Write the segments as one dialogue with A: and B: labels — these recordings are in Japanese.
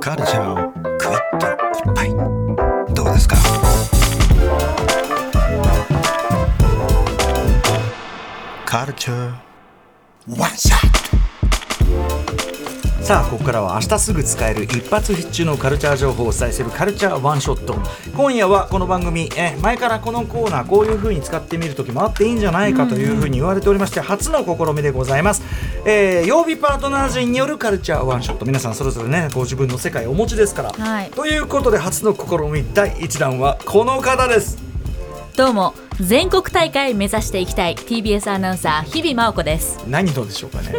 A: カルチャーをグイッといっぱいどうですかカルチャーワンショット
B: さあここからは明日すぐ使える一発必中のカルチャー情報をお伝えするカルチャーワンショット今夜はこの番組え前からこのコーナーこういう風に使ってみる時もあっていいんじゃないかという風に言われておりまして初の試みでございます、えー曜日パートナー陣によるカルチャーワンショット皆さんそれぞれねご自分の世界をお持ちですから、
C: はい
B: ということで初の試み第1弾はこの方です
C: どうも全国大会目指していきたい TBS アナウンサー日々真央子です
B: 何のでしょう かね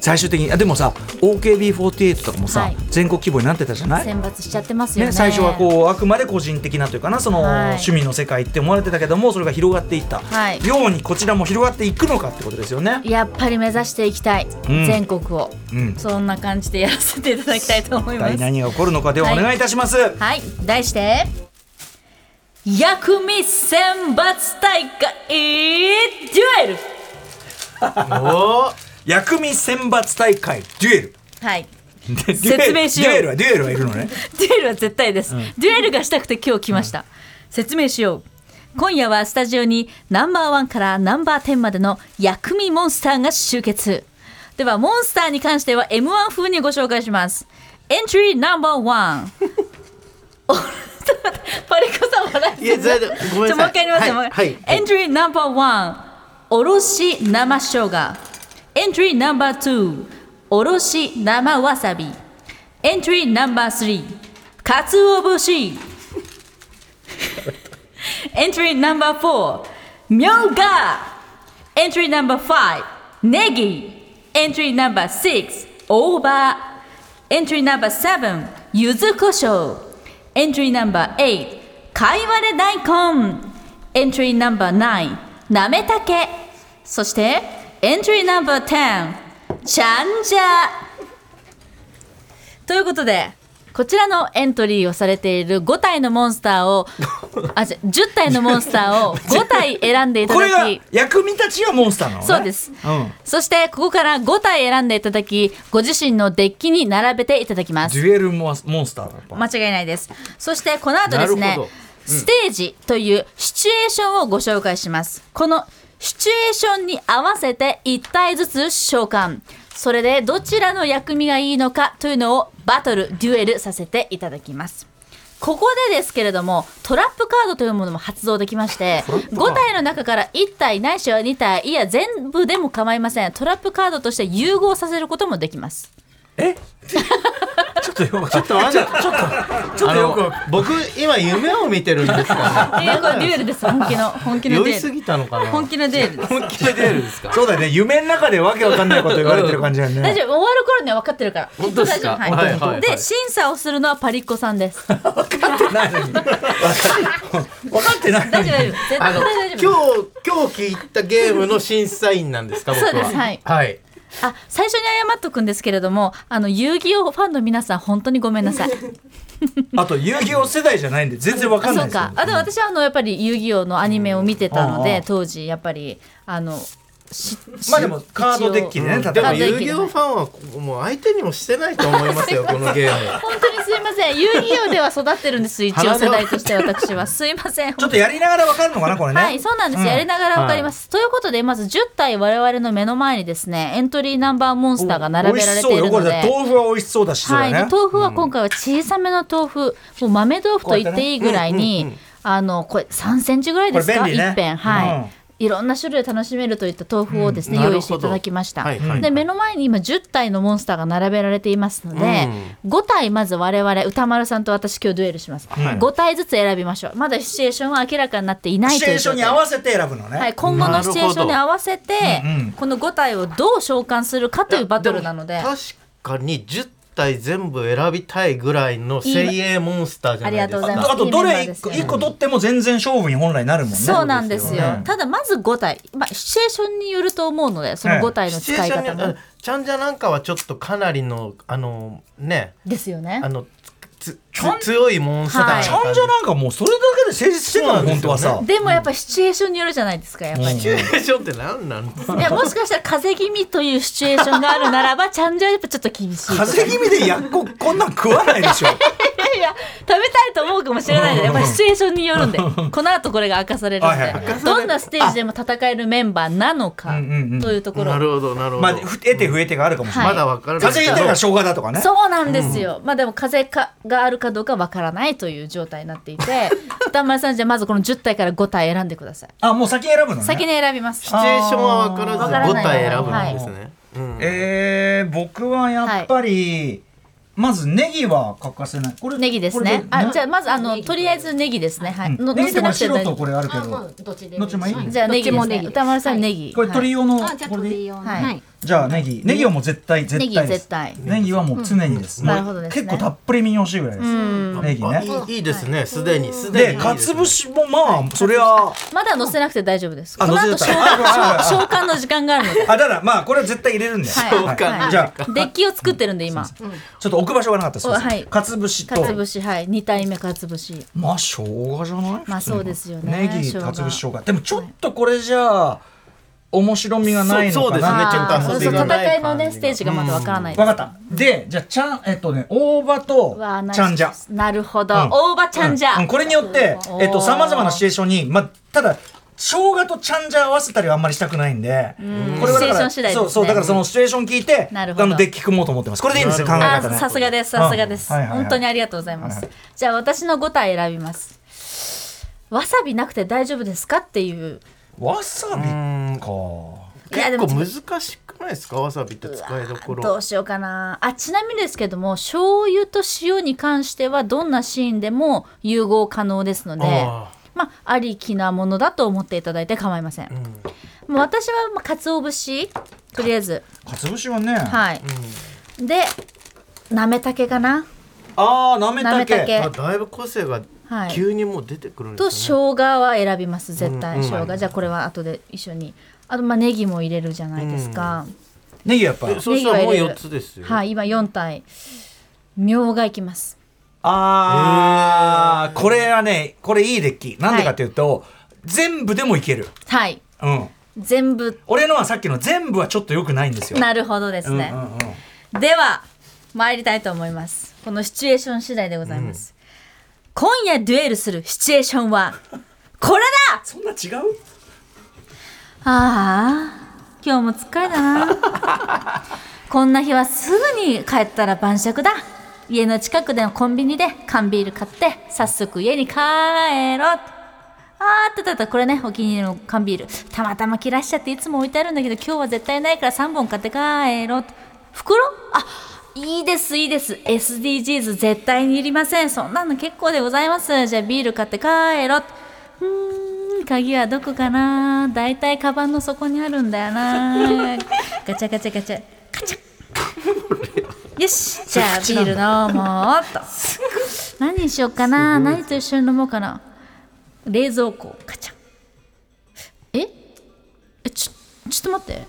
B: 最終的にあでもさ OKB48 とかもさ、
C: はい
B: 全国規模になってたじゃない
C: 選抜しちゃってますよね
B: ね、最初はこうあくまで個人的なというかなその
C: はい
B: 趣味の世界って思われてたけどもそれが広がっていった、
C: はい
B: ようにこちらも広がっていくのかってことですよね。
C: やっぱり目指していきたい、
B: うん
C: 全国を、
B: うん
C: そんな感じでやらせていただきたいと思い
B: 一
C: ま
B: 体
C: す
B: 何が起こるのかではお
C: はい
B: 願いいたします。
C: はい題して薬味選抜大会デュエル
B: 薬味選抜大会デュエル。
C: はい
B: デュエル
C: 説明しよ
B: デュ
C: う
B: エルはデュエルはいるのね。
C: デュエルは絶対です、デュエルがしたくて今日来ました、説明しよう今夜はスタジオにナンバーワンからナンバーテンまでの薬味モンスターが集結ではモンスターに関しては M1 風にご紹介しますエントリーナンバーワンおちょっと待ってパリコさん笑って
D: いや、ずれてごめん
C: じゃ
D: な
C: あもう一
D: さい。
C: 回やりますよ、
D: はい。はい
C: エントリーナンバーワンおろし生生姜エントリーナンバーツーおろし生わさびエントリーナンバースリーかつお 節エントリーナンバーフォーみょうがエントリーナンバーファイブネギエントリーナンバーシックスオーバーエントリーナンバーセブンゆずこしょうエントリーナンバーエイトかいわれ大根エントリーナンバーナインなめたけそしてエントリーナンバーテンちゃんじゃということでこちらのエントリーをされている5体のモンスターをあじゃ10体のモンスターを5体選んでいた
B: これが
C: だき
B: 薬味たちがモンスターなのね。
C: そうです、
B: うん
C: そしてここから5体選んでいただきご自身のデッキに並べていただきます
B: デュエルモンモンスターだった。
C: 間違いないですそしてこの後です
D: なる
C: ね
D: ほど
C: ステージというシチュエーションをご紹介しますこのシチュエーションに合わせて1体ずつ召喚それでどちらの薬味がいいのかというのをバトルデュエルさせていただきますここでですけれどもトラップカードというものも発動できまして5体の中から1体ないしは2体いや全部でも構いませんトラップカードとして融合させることもできます
B: え？ちょっとよくわかんない
D: ちょっとあんたちょっ
B: ちょっとよくわか
D: と
B: んない
D: 僕今夢を見てるんですか
C: いやこれデュエルです本気の本気
D: ね。
C: の
D: 酔
C: デ
D: い
C: ュエ
D: す
C: ル
D: ぎたのかな。
C: 本気のデールです。
D: 本気で出るんですか。
B: そうだよね。夢の中でわけわかんないこと言われてる感じだよね。
C: 大丈夫終わる頃には分かってるから。
D: 本当ですか
C: 大丈夫はい。
D: はいはいはい
C: で審査をするのはパリッコさんです。
B: ないのに。わかって分かってないの
C: 大
B: に
C: 丈夫大丈夫。絶対
D: あの
C: 大
D: 今日
C: 丈夫。
D: 今日聞いたゲームの審査員なんですか僕は。
C: そうですはい
D: はい。
C: あ最初に謝っとくんですけれどもあの遊戯王ファンの皆さん本当にごめんなさい。
B: あと遊戯王世代じゃないんで全然わか
C: あ
B: んないで
C: そう
B: すよ
C: か。あでも私はあのやっぱり遊戯王のアニメを見てたの
B: うんあ
C: で
B: あ
C: 当時やっぱりあのしし
B: まあでもカードデッキでね
C: 一応
D: で
B: 戦
D: も
B: う
D: 遊戯王ファンはここもう相手にもしてないと思いますよこのゲーム。
C: 本当にすいません遊戯王では育ってるんです一応世代として私はすいません
B: ちょっとやりながらわかるのかなこれね。
C: はい、そうなんです。
B: うん
C: やりながらわかります。ということで、まず10体我々の目の前にですね、エントリーナンバーモンスターが並べられているの
B: 美味しそう
C: で。
B: よこれ豆腐は美味しそうだし、
C: はい、
B: そ
C: で
B: れね。
C: 豆腐は今回は小さめの豆腐、もう豆豆腐と言っていいぐらいに、あのこれ3センチぐらいです
B: こ
C: か、
B: れ便利ね
C: 一辺はい、
B: うん
C: いろんな種類を楽しめるといった豆腐をですね、
D: うん
C: 用意していただきました、
D: なるほどはいはい
C: で目の前に今10体のモンスターが並べられていますので、5体まず我々歌丸さんと私今日デュエルします、
B: はい
C: 5体ずつ選びましょうまだシチュエーションは明らかになっていない
B: シ
C: と
B: チュ
C: い
B: エ
C: う
B: ーショ
C: 状
B: ン
C: 態
B: に合わせて選ぶのね。
C: はい、今後のシチュエーションに合わせて
B: うんうん
C: この5体をどう召喚するかというバトルなので
D: も確かに10体全部選びたいぐらいの精鋭モンスターじゃない
C: ありがとうござ
D: です
C: い
B: あ
C: ます
D: か。
B: とあとどれ一個
C: いいメ
B: 一
C: ンバーですよね
B: 個取っても全然勝負に本来なるもんね。
C: そうなんですよ
B: うん
C: ただまず5体、まあ、シチュエーションによると思うのでその5体の
D: シチ
C: 使
D: ュエー
C: い
D: ションに
C: 方
D: あ
C: も
D: のちゃんじゃなんかはちょっとかなりのあのね
C: ですよね
D: あのつつ強いモンスターな
C: はい
B: ちゃん
D: 感
B: じゃ
D: じ
B: なんかもうそれだけで成立してんの
D: そうなん
B: 本
D: です
B: 当
D: よ
B: は
D: ね
B: さ。
C: でもやっぱシチュエーションによるじゃないですかやっぱり、
D: シチュエーションって何なんですか
C: いやもしかしたら風邪気味というシチュエーションがあるならばちゃんじゃやっぱちょっと厳しいと か
B: 風邪気味でやっここんなん食わないでしょ。
C: いやいや食べたいと思うかもしれないじゃんやっぱりシチュエーションによるんでこの後これが明かされるん
B: はいはい明
C: でどんなステージでも戦えるメンバーなのか
B: うんうんうん
C: というところ
D: なるほどなるほど、
B: まあ得て増えてがあるかもしれない。
C: はい
D: まだ分からない
B: 風邪ひいたら生姜だとかね。
C: そうなんですよ、まあでも風邪かがあるかどうかわからないという状態になって いて歌丸さんじゃあまずこの10体から5体選んでください
B: あもう先選ぶのね。
C: 先に選びます
D: シチュエーションは分からず
C: わからない
D: 5体選ぶんですね、うん
B: えー、僕はやっぱり、まずネギは欠かせない。これ
C: ネギですね
B: これ
C: あじゃあ
B: な
C: まずあのとりあえずネギですねはい、の
B: ネギ
C: のせ
B: と
C: な
B: か
C: くて
B: 白
C: 大
B: と
C: 丈
B: これあるけ
E: あも
B: ど
E: う、どっちで
B: どっちもいい
E: はい
C: 夫じゃあネギで
E: ど
C: す
E: っちもネ
C: ね
E: ギ
C: 歌丸さんネギ
B: これ鳥用の
E: あじゃあ
B: これでいい
E: 鳥用の
C: はい
E: はい
B: じゃあネギ、ネギはもう絶対絶
C: ネ
B: 対
C: ギ
B: です。
C: 絶対
B: ネギはもう常にです。
C: うん
B: もう
C: なるほどですね
B: 結構たっぷり見に欲しいぐらいです。ネギ
D: あ
B: ね。
D: いいいいですねすでにすで
B: で、
D: に
B: かつぶしもまあ、それは、
C: まだ乗せなくて大丈夫です。
B: あ
C: この後
B: 乗せて
C: 召
B: た
C: 喚召喚の時間があるので。
B: あ、だからまあ、これは絶対入れるんで。
C: はい
D: 召喚
C: はい
B: じゃあ、
C: デッキを作ってるんで今。
B: ちょっと置く場所がなかったです。
C: おはい
B: かつぶしと
C: か、つぶしはい二体目かつぶし。
B: まあ、生姜じゃない
C: まあそうですよ
B: ネ
C: ね
B: ギ、
C: 生姜
B: かつぶし、生姜。でもちょっとこれじゃあ、面白みがないの
D: そう
B: か
D: そうですね
B: な。
D: ちょっと
C: あーそう
D: 遊
C: そ
D: び
C: う
D: がない
C: 戦いの
D: 感
C: ね
D: じ
C: ス
D: が
C: テージがまだわからないです。
B: わかった。で、じゃあ、ちゃん、えっとね、大葉と
C: わあな、
B: ちゃんじゃ。
C: なるほど。
B: うん
C: 大葉ちゃんじゃ
B: う。んこれによって、えっと、
C: おー
B: さまざまなシチュエーションに、まあ、ただ、生姜とちゃんじゃ合わせたりはあんまりしたくないんで、これはだ
C: シチュエ
B: か
C: ーショ
B: ら、
C: ン次第です
B: そ
C: ね
B: う、そう、だからそのシチュエーション聞いて、
C: なるほど
B: あの、デッキ組もうと思ってます。これでいいんですよ、考え
C: あ
B: 方ね。
C: ーさすがですさすがです。
B: うんはいはいはい
C: 本当にありがとうございます。
B: はいは
C: じゃあ私の五体選びます。わさびなくて大丈夫ですかっていう。
B: わさび
D: ん
B: か。
C: いやでも
D: 結構難しくないですかわさびって使いどこ
C: ど
D: ろ
C: うしようかなあちなみにですけども醤油と塩に関してはどんなシーンでも融合可能ですので
D: あ
C: まあありきなものだと思っていただいて構いません、もう私はまあ鰹節とりあえず
B: かつぶしはね、
C: はい、でなめたけかな
B: ああ、なめ
C: な
B: た
C: めた
B: け。
C: け
D: あだいぶ個性が
C: はい
D: 急にもう出てくるん
C: と
D: ですね、
C: 生姜は選びます絶対、
D: うんうん
C: 生姜じゃあこれは後で一緒にあとまあネギも入れるじゃないですか、
B: ネギやっぱり
D: え。そしたらもう4つですよ、
C: はい今4体みょうがいきます
B: ああ、これはね、これいいデッキ。なんでかっていうと、全部でもいける。
C: はい
B: うん。
C: 全部
B: 俺のはさっきの全部はちょっと良くないんですよ。
C: なるほどですね、
B: うんうんうん
C: では参りたいと思いますこのシチュエーション次第でございます、今夜デュエルするシチュエーションはこれだ
B: そんな違う
C: ああ今日も疲れたなこんな日はすぐに帰ったら晩酌だ家の近くでのコンビニで缶ビール買って早速家に帰ろうあーっとたったこれねお気に入りの缶ビールたまたま切らしちゃっていつも置いてあるんだけど今日は絶対ないから3本買って帰ろうと袋あいいですいいです SDGs 絶対にいりませんそんなの結構でございますじゃあビール買って帰ろううーん鍵はどこかなだいたいカバンの底にあるんだよ なガチャガチャガチャカチャよしじゃあビール飲もうっと何にしようかな何と一緒に飲もうかな冷蔵庫カチャええちょちょっと待って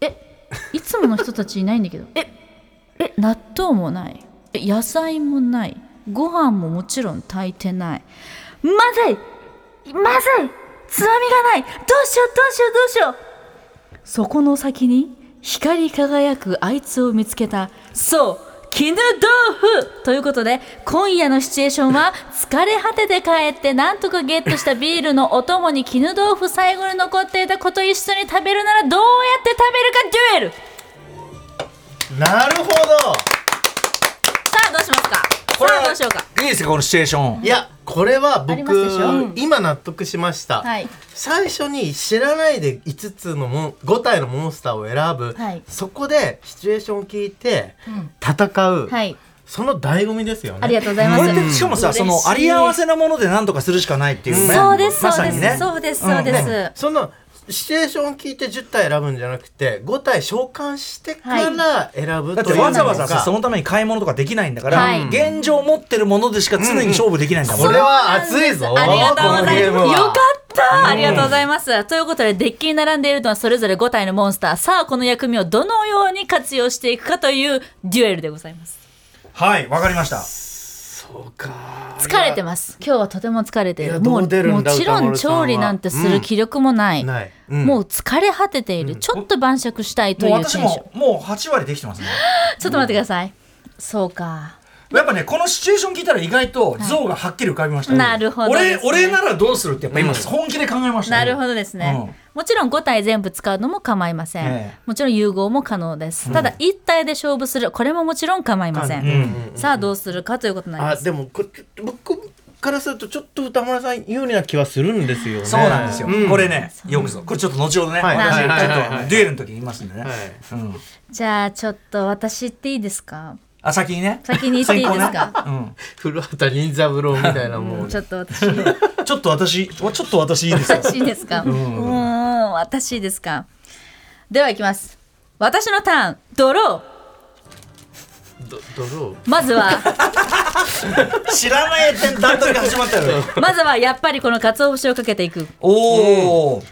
C: えいつもの人たちいないんだけど ええ納豆もないえ野菜もないご飯ももちろん炊いてないまずいまずいつまみがないどうしようどうしようどうしようそこの先に光り輝くあいつを見つけたそう絹豆腐ということで今夜のシチュエーションは疲れ果てて帰ってなんとかゲットしたビールのお供に絹豆腐最後に残っていた子と一緒に食べるならどうやって食べるかデュエル
D: なるほ
C: さあどうしますか
B: これ
C: さあどうしようか
B: いいですかこのシチュエーション
D: どいやこれは
C: ありますでしょ
D: 僕今納得しました、
C: はい
D: 最初に知らないで5つのもん5体のモンスターを選ぶ、
C: はい
D: そこでシチュエーションを聞いて戦う、
C: はい
D: その醍醐味ですよね
C: ありがとうございます
B: これってしかもさそのあり合わせなもので何とかするしかないっていうね
C: そうです
B: ま
C: そう
B: さ
C: で
B: に
C: す、
B: ね
C: そうですそうです、
D: そのシチュエーションを聞いて10体選ぶんじゃなくて5体召喚してから選ぶ
B: だっ
D: と
B: て
D: いうのが、
B: わざわざさそのために買い物とかできないんだから、
C: はい
B: 現状持ってるものでしか常に勝負できないんだもん
D: こ
B: ね、
D: れは熱いぞ
C: ありがとうござい
D: このゲームは
C: ます。よかった。ありがとうございます。ということで、デッキに並んでいるのはそれぞれ5体のモンスター。さあ、この役目をどのように活用していくかというデュエルでございます。
B: はいわかりました
D: そうか
C: 疲れてます今日はとても疲れてい
D: い
C: る
D: や
C: も
D: どう出る
C: も
D: んだ
C: ちろ
D: 歌
C: ん
D: 丸さんは
C: 調理なんてする気力もない,、
D: ない、うん
C: もう疲れ果てている、ちょっと晩酌したいと
B: もう
C: いうテンシ
B: 私
C: ョンちょ
B: ももう8割できてますね
C: っと待ってくださいそうか
B: やっぱねこのシチュエーション聞いたら意外と像がはっきり浮かびました、ね
C: なるほど
B: 俺
C: ですね
B: 俺ならどうするってやっぱ今
D: うん
B: 本気で考えました
C: な
B: ね、
C: るほどですね、もちろん5体全部使うのも構いません、
B: ええ
C: もちろん融合も可能です、ただ1体で勝負するこれももちろん構いません、
B: うん
C: さあどうするかということになりま
D: あ
C: す
D: でもこれ僕からするとちょっと歌丸さん有利な気はするんですよね
B: そうなんですよ、
D: うん
B: これね読むぞこれちょっと後ほどね、
D: はい
B: 私ちょっ
D: はいはいはい
B: とデュエルの時に言いますんでね、
D: はい
B: うん、
C: じゃあちょっと私言っていいですか
B: あ先にね
C: 先に言っていいですか
B: 先行ね
D: 古畑任三郎みたいな もん
C: ちょっと私
A: うんちょっと私ちょっと私いいですか
C: 私いいですかうーん私いいですかではいきます私のターンドロ
D: ど泥
C: ーまずは
B: うん知らない段取りが始まったよ
C: まずはやっぱりこの鰹節をかけていく
B: おお、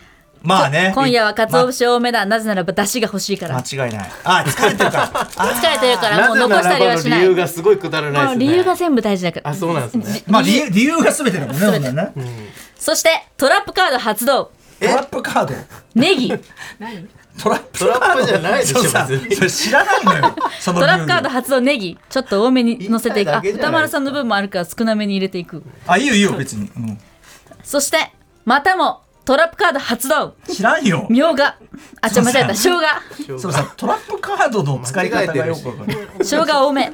B: まあね
C: 今夜は鰹節多めだなぜならば出汁が欲しいから
B: 間違いないあ疲れてるから あ
C: 疲れてるから
D: な
C: もう
D: ぜ
C: 残し
D: な
C: た
D: ら
C: り
D: ば
C: は
D: の
C: しな
D: 理
C: い
D: 由がすごいくだらないです
C: もう
D: ね
C: 理由が全部大事だから
D: あそうなんですね
B: まあ理由理由が全てだもんねほんならね
C: そしてトラップカード発動
B: トラップカード
C: ネギ
B: トラップ
D: トラップじゃないでしょ
B: そうさ
D: 別に
B: それ知らないのよその
C: ト
B: 理由
C: ラップカード発動ネギちょっと多めに乗せていくあ
D: 一体だけじゃない
C: 歌丸さんの分もあるから少なめに入れていく
B: あいいよいいよ別に、うん
C: そしてまたもトラップカード発動
B: 知らんよ
C: みょうがあちょ間違えた生姜
B: そのさトラップカードの使い方がよくわかんない
C: 生姜多め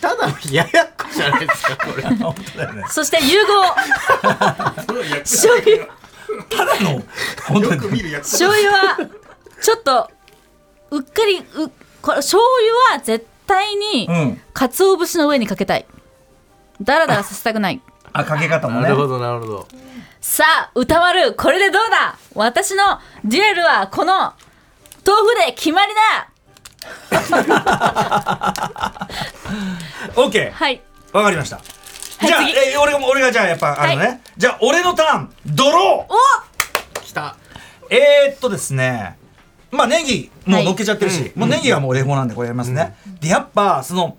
D: ただのややこじゃないですか これ
B: 本当だよね
C: そして融合醤油
B: ただの本当に
C: 醤油はちょっとうっかりうこれ醤油は絶対に
B: うん
C: 鰹節の上にかけたいだらだらさせたくない
B: あかけ方も ね
D: なるほどなるほど
C: さあ歌丸これでどうだ私のデュエルはこの豆腐で決まりだ
B: OK
C: はい
B: わかりました
C: い
B: じゃあ、
C: 次
B: えー俺が俺がじゃあやっぱあのね、
C: はい
B: じゃあ俺のターンドロ
C: お
D: きた
B: ーえー、っとですねまあネギもう乗っけちゃってるし、
D: はい
B: もうネギはもうお手本なんでこれやりますね、でやっぱその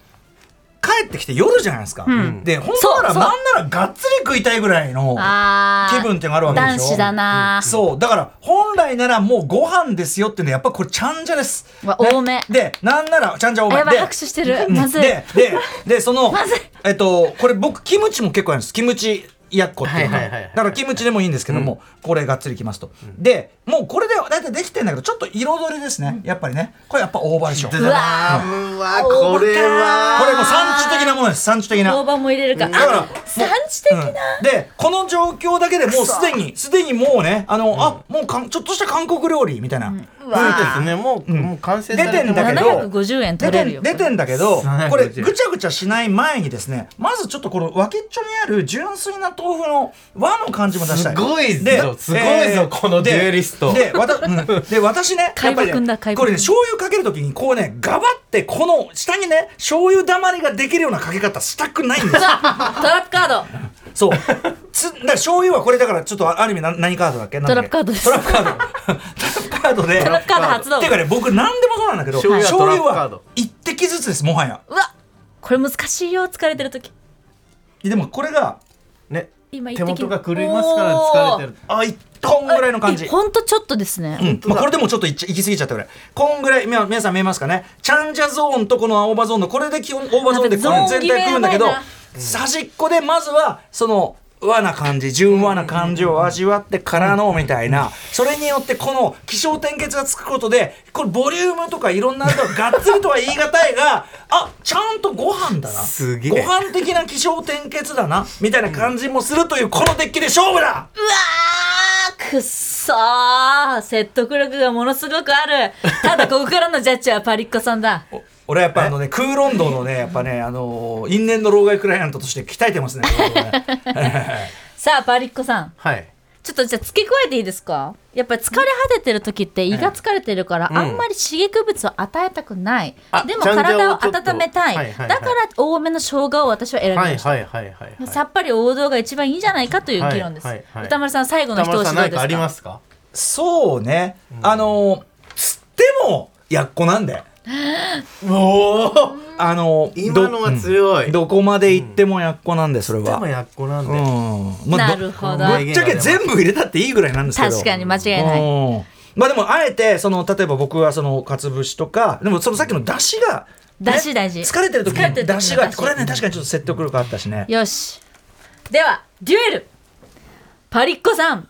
B: 帰ってきて夜じゃないですか、
C: ん
B: で本当なら
C: そうそう
B: なんならがっつり食いたいぐらいの
C: あー
B: 気分ってのあるわけでしょ
C: 男子だな
B: そうだから本来ならもうご飯ですよってねやっぱこれちゃんじゃです、
C: うわ
B: ね
C: 多め
B: でなんならちゃんじゃ多
C: あ
B: め
C: やばい
B: で
C: 拍手してるまずい
B: でででその
C: まずい
B: えっとこれ僕キムチも結構やるんですキムチやっこっていうの
D: はいはいはいはい
B: だからキムチでもいいんですけども、これがっつりきますと、でもうこれで大体できてんだけどちょっと彩りですねやっぱりねこれやっぱ大葉でしょこれ
D: う
B: もう
D: わーうわこれは
B: 産地的なものです産地的な
C: 大葉も入れるか
B: だから
C: あ産地的な
B: うんでこの状況だけでもうすでにすでにもうねあの、あもうかんちょっとした韓国料理みたいな、
C: う
D: そう
C: わ
D: ですねもうもう完成され
B: 出てんだけど
C: 750円
B: 出
C: 取
B: て
C: れる
B: ん
C: よ
B: 出てんだけど
D: 750
B: これぐちゃぐちゃしない前にですねまずちょっとこの脇っちょにある純粋な豆腐の和の感じも出したい
D: すごいぞ
B: です
D: ごいぞこの
B: で
D: デュエリスト
B: でわたうんで私ねやっぱり
C: 海馬くんだ
B: ね
C: 海馬くん
B: これね醤油かけるときにこうねガバってこの下にね醤油だまりができるようなかけ方したくないん ですよ
C: うわトラップカード
B: そう。つ、だから醤油はこれだから、ちょっとあある意味、な、何カードだっけ。なんだっけ
C: トラップカードです
B: トラップカード。トラップカードで。
C: トラップカード発動
B: ていうかね、僕、何でもそうなんだけど、
D: 醤油は
B: 醤油
D: トラップカ
B: は
D: ード
B: 一滴ずつです、もはや。
C: うわこれ難しいよ疲れてる時
B: でも、これが、
D: ね
C: 今一滴
D: 手元が狂いますから疲れてる
B: あ、一こんぐらいの感じ。
C: ほんとちょっとですね、
B: うん、まあ、これでもちょっといっちゃ行き過ぎちゃったぐらいこんぐらいみ皆さん見えますかねチャンジャゾーンとこの青葉ゾーンのこれで基本大葉ゾーンでこ
C: なん
B: れ
C: かゾー
B: 全
C: ン
B: 体組むんだけど
C: 決めやば
B: 端っこでまずはその和な感じ純和な感じを味わってからのみたいなそれによってこの気象点結がつくことでこれボリュームとかいろんなあれとかがっつりとは言い難いがあちゃんとご飯だな
D: すげえ
B: ご飯的な気象点結だなみたいな感じもするというこのデッキで勝負だ
C: うわーくっそー説得力がものすごくあるただここからのジャッジはパリッコさんだ
B: 俺はやっぱあのね空論道のねやっぱねあのー因縁の老害クライアントとして鍛えてますね。これね
C: さあパリッコさん
D: はい
C: ちょっとじゃあ付け加えていいですかやっぱり疲れ果ててる時って胃が疲れてるからあんまり刺激物を与えたくない、
D: あ
C: でも
D: ちゃんじゃを
C: 体を
D: ちょっと
C: 温めたい,、
D: はいはいはい
C: だから多めの生姜を私は選びました、
D: はいはいはいはいはい
C: さっぱり王道が一番いいんじゃないかという議論です、
D: はいはいはい
C: 歌丸さん最後の一
D: 玉
C: 押
D: さ
C: し
D: ん
C: どう
D: 何
C: で
D: かあ
C: す
D: りま
C: か
D: すか
B: そうねあのーつってもやっこなんで
D: おお
B: あの
D: 今のは強い
B: どどこまで行ってもやっこなんでそれ
D: で
B: は
D: もやっこなんで、
B: うんまあ
C: なるほど
B: ぶっちゃけ全部入れたっていいぐらいなんですけど
C: 確かに間違いない
B: うんまあでもあえてその例えば僕はその鰹節とかでもそのさっきの出汁がね
C: 出汁大事
B: 疲れてる時
C: 疲れ
B: に
C: てる時の
B: 出汁が
C: 出汁
B: これね確かにちょっと説得力あったしね
C: よしではデュエルパリッコさ ん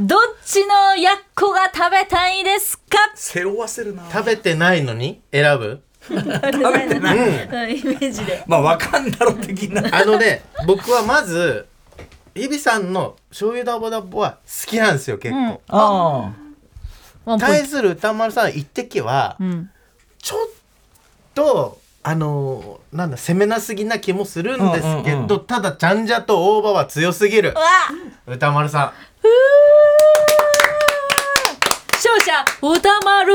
C: どっちのやっこが食べたいですか
B: 背負わせるな
D: 食べてないのに選ぶ
B: 食べてない
C: うんイメージで
B: まあわかんだろ的な
D: あのね僕はまず日比さんの醤油ダボダボは好きなんですよ結構、
B: あ
C: ワンポイン
D: 対する歌丸さん一滴は、
C: トうん
D: ちょっとあのーなんだ攻めなすぎな気もするんですけど、
B: うんうんうん
D: ただちゃんじゃと大葉は強すぎる
C: うわ
D: 歌丸さ
C: 勝者歌丸く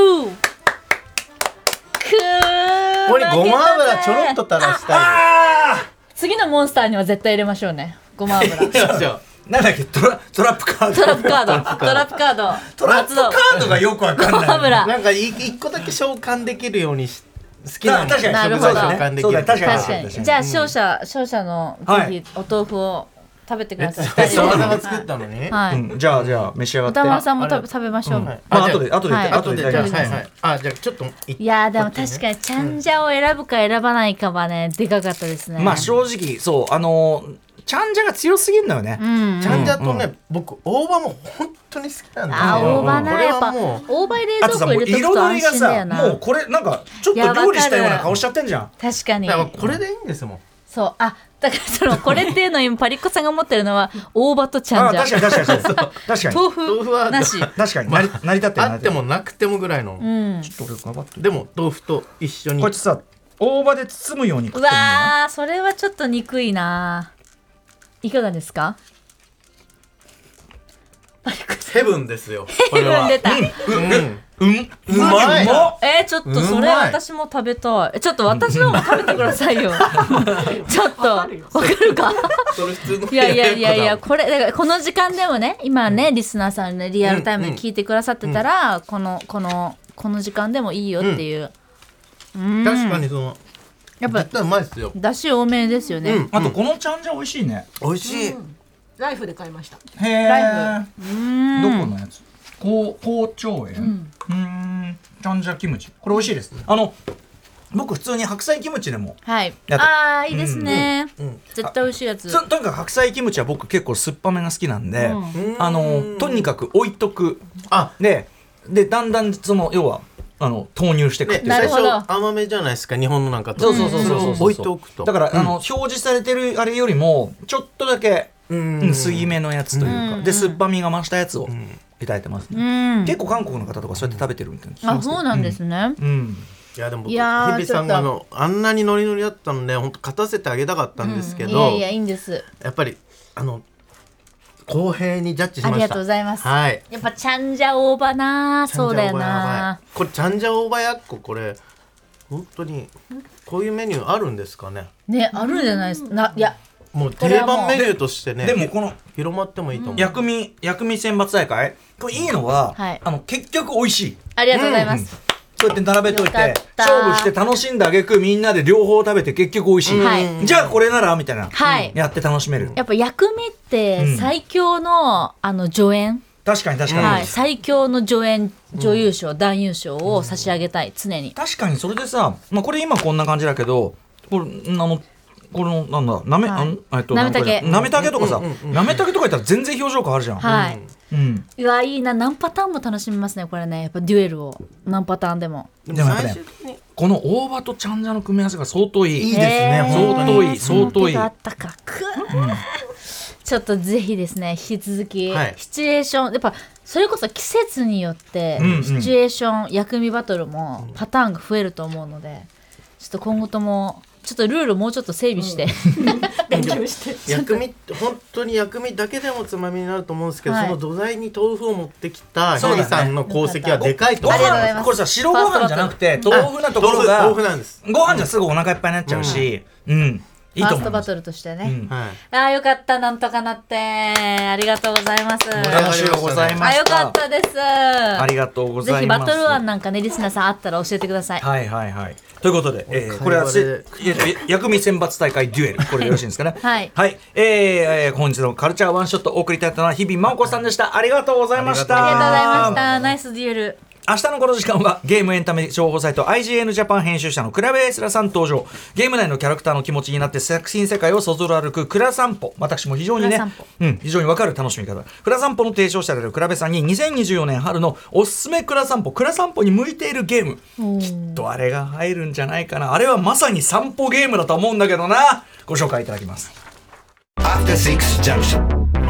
C: ー
D: んここにごま
C: 負け
D: 油
C: たぜ
D: ちょろっと垂らした
B: あ
C: 次のモンスターには絶対入れましょうねごま油
D: い よいしょ
B: ーなんだっけトラトラップカード
C: トラップカードトラップカード
B: トラップカードがよくわかん
C: ごま
B: ない
C: 油
D: なんかい一個だけ召喚できるようにし好きな
B: あ確かに
C: なるほ
D: 食
C: ど
D: 材召喚でき
B: そうだ
D: る
B: 確か
C: 確かにじゃあ勝者勝者の
B: はい
C: ぜひお豆腐を食べてください
D: え
C: 二人
D: そ
C: で
D: んなの作ったのに、
C: は
B: う
C: い
B: んじゃあじゃあ召し上がって
C: 歌丸さんも
D: あ
C: 食
D: れ
C: べ食べましょう
D: はい
B: まあ
D: あじゃあ
B: 後で後で
C: はい
B: 後
D: 後
B: で
D: で
B: い
D: じ
B: ただきま
D: ゃあはいは
B: す
D: いあじゃあちょっとい
C: いやーでも
D: こっちね
C: 確かにちゃんじゃを選ぶか選ばないかはねでかかったですね
B: まあ正直そうあのーちゃんじゃが強すぎるのよね
C: うん
D: ちゃんじゃとね、僕大葉も本当に好きなん
C: あ
D: で
C: 大葉
D: こ
C: な
D: れ
C: やっぱ
D: はもう
C: 大葉に冷
B: あ
C: 蔵
B: とさ
C: 庫
B: もう
C: 入れとくと
B: 彩り
C: 安
B: が
C: 心だよ
B: さ
C: な
B: もうこれなんかちょっ
C: いや
B: と料理したよう
C: わ
B: な
C: かる
B: 顔しちゃってんじゃん
C: 確かに
D: だからこれでいいんですもん
C: そうあだからそのこれっていうのを今パリッコさんが持ってるのは大葉とちゃ
B: あ
C: んじゃ
B: 確かに確かにそう確かに
C: 豆
D: 豆腐は
C: 腐なし
B: 確かに成り成り立ってる
D: あってもなくてもぐらいの、
C: うん
B: ちょっと俺頑張って
D: でも豆腐と一緒に
B: こいつさ大葉で包むように食
C: う
B: ってるんだよ
C: わーそれはちょっと憎いないかがですか
D: ヘブンで すよこ
C: 手
D: れ
C: 分
D: は
C: 出た
D: うん
B: うんう
D: うまい
B: ま
C: えー、ちょっとそうれ
D: まい
C: 私も食べたいえちょっと私のも食べてくださいよちょっとわかるか
D: それ普通の
C: いやいやいやいや
D: 子
C: これだからこの時間でもね今ね、リスナーさんねリアルタイムで聞いてくださってたら、このこのこの時間でもいいよっていう、
D: だもん確かにその
C: やっぱ
D: 絶対うまいですよ
C: だし多めですよね、
D: うん
B: あとこのちゃんじゃ美味しいね
D: 美味しい、
E: ライフで買いました。
B: へ
C: ラ
B: えどこのやつこう包丁園うーんちゃんじゃキムチこれ美味しいですあの僕普通に白菜キムチでも
C: はい
B: やっ
C: ああーいいですね、
D: んうん
C: 絶対美味しいやつ
B: そとにかく白菜キムチは僕結構酸っぱめが好きなんで、
D: ん
B: あのとにかく置いとく
D: あ
B: ででだんだんその要はあの投入していくっ
D: ね
B: ていう、
C: な
D: 最
C: るほど
D: 初甘めじゃないですか日本のなんかと
B: そうそうそうそうそう
D: 置いておくと
B: だから、あの表示されてるあれよりもちょっとだけ、
D: う
B: うんん、薄いめのやつというか、
C: うん
B: で酸っぱみが増したやつをいただいてますね、
C: うん
B: 結構韓国の方とかそうやって食べてるみたいな聞き
C: あ
B: ますね
C: そうなんですね、
B: うん
D: いやでも僕
C: い
D: 日
C: やー
D: 比さんがあ
C: ち
D: のあんなにノリノリだったので本当勝たせてあげたかったんですけ
C: い
D: ど、
C: やいやいいんです
D: やっぱりあの公平にジャッジし
C: あ
D: ました
C: りがとうございます、
D: はい
C: やっぱちゃんじゃ大葉なそうだよな
D: これちゃんじゃ大葉やっここれ本当にこういうメニューあるんですかね
C: ねあるじゃないですないや
D: もう
C: これ
D: 定
C: はもう
D: 番メニューとしてね
B: でもこの
D: 広まってもいいと思う、
B: 薬味薬味選抜大会これいいのは、
C: はい
B: あの結局美味しい
C: ありがとうございます、
B: そうやって並べとい
C: よかってた
B: 勝負して楽しんだあげくみんなで両方食べて結局美味しい、
C: はい
B: じゃあこれならみたいな、
C: はい
B: やって楽しめる
C: やっぱ薬味って最強の、あの助演、
B: 確かに確かに、
C: はい、最強の助演女優賞、男優賞を差し上げたい常に、
B: 確かにそれでさ、まあ、これ今こんな感じだけどこれんあのこのなんだなめ、
C: はい
B: あんえっと
C: なめたけ
B: なめたけとかさ、
D: うんうんうんうん
B: なめたけとか言ったら全然表情変わるじゃん、
C: はい、
B: うん、
C: うわいいな何パターンも楽しみますねこれねやっぱデュエルを何パターンでも
D: でも
B: でもやっぱね
D: 最終的に
B: この大葉とちゃんじゃの組み合わせが相当いい
D: いいですね
B: 相
D: 本当
B: 当
D: に
B: いい相当いい
C: あったかくわー、ちょっとぜひですね引き続き、
D: はい
C: シチュエーションやっぱそれこそ季節によって、
B: うんうん
C: シチュエーション薬味バトルもパターンが増えると思うのでちょっと今後ともちょっとルールもうちょっと整備して、
E: 勉強して。
D: 薬味って本当に薬味だけでもつまみになると思うんですけど、
C: はい
D: その土台に豆腐を持ってきた
B: そうだ
D: ひ
B: ね
D: りさんの功績はでかいと
B: ご
D: 思い
C: あり
B: 飯
C: がとうございま
D: ま
C: す
B: これさ白ご飯じゃなくて豆腐なところ
D: あ
B: が
D: 豆腐豆腐なんです
B: ご飯じゃすぐお腹いっぱいになっちゃうし、うんいい
C: ファ
B: と
C: ー
B: 思
C: ス
B: い
C: ト
B: ま
C: バ
B: す
C: トルとして
B: う
C: ね
B: ん、
D: はい
C: ああよかったなんとかなってありがとうございます
D: り上
B: あ
D: が
B: りがとうございま
C: あ
B: し
C: よ
B: た
C: かったです
B: ありがとうご
C: ぜ
B: ざ
C: ひ
B: いま
C: バ
B: す
C: トル案なんかねリスナーさんあったら教えてください
B: はいはいはい。ということで、えー
D: 俺
B: これはせ、
D: カニバ
B: えーと、薬味選抜大会デュエル、これでよろしいんですかね。
C: はい
B: はい。えーえー本日のカルチャーワンショットをお送りいただいたのは、日々真央子さんでした。ありがとうございました。
C: ありがとうございましたナイスデュエル
B: 明日のこの時間はゲームエンタメ情報サイト IGN ジャパン編集者の倉部エスラさん登場ゲーム内のキャラクターの気持ちになって作品世界をそぞろ歩く倉散歩私も非常にね
C: 倉散歩
B: うん、非常にわかる楽しみ方倉散歩の提唱者である倉部さんに2024年春のおすすめ倉散歩倉散歩に向いているゲームきっとあれが入るんじゃないかなあれはまさに散歩ゲームだと思うんだけどなご紹介いただきます
A: After Six Junction.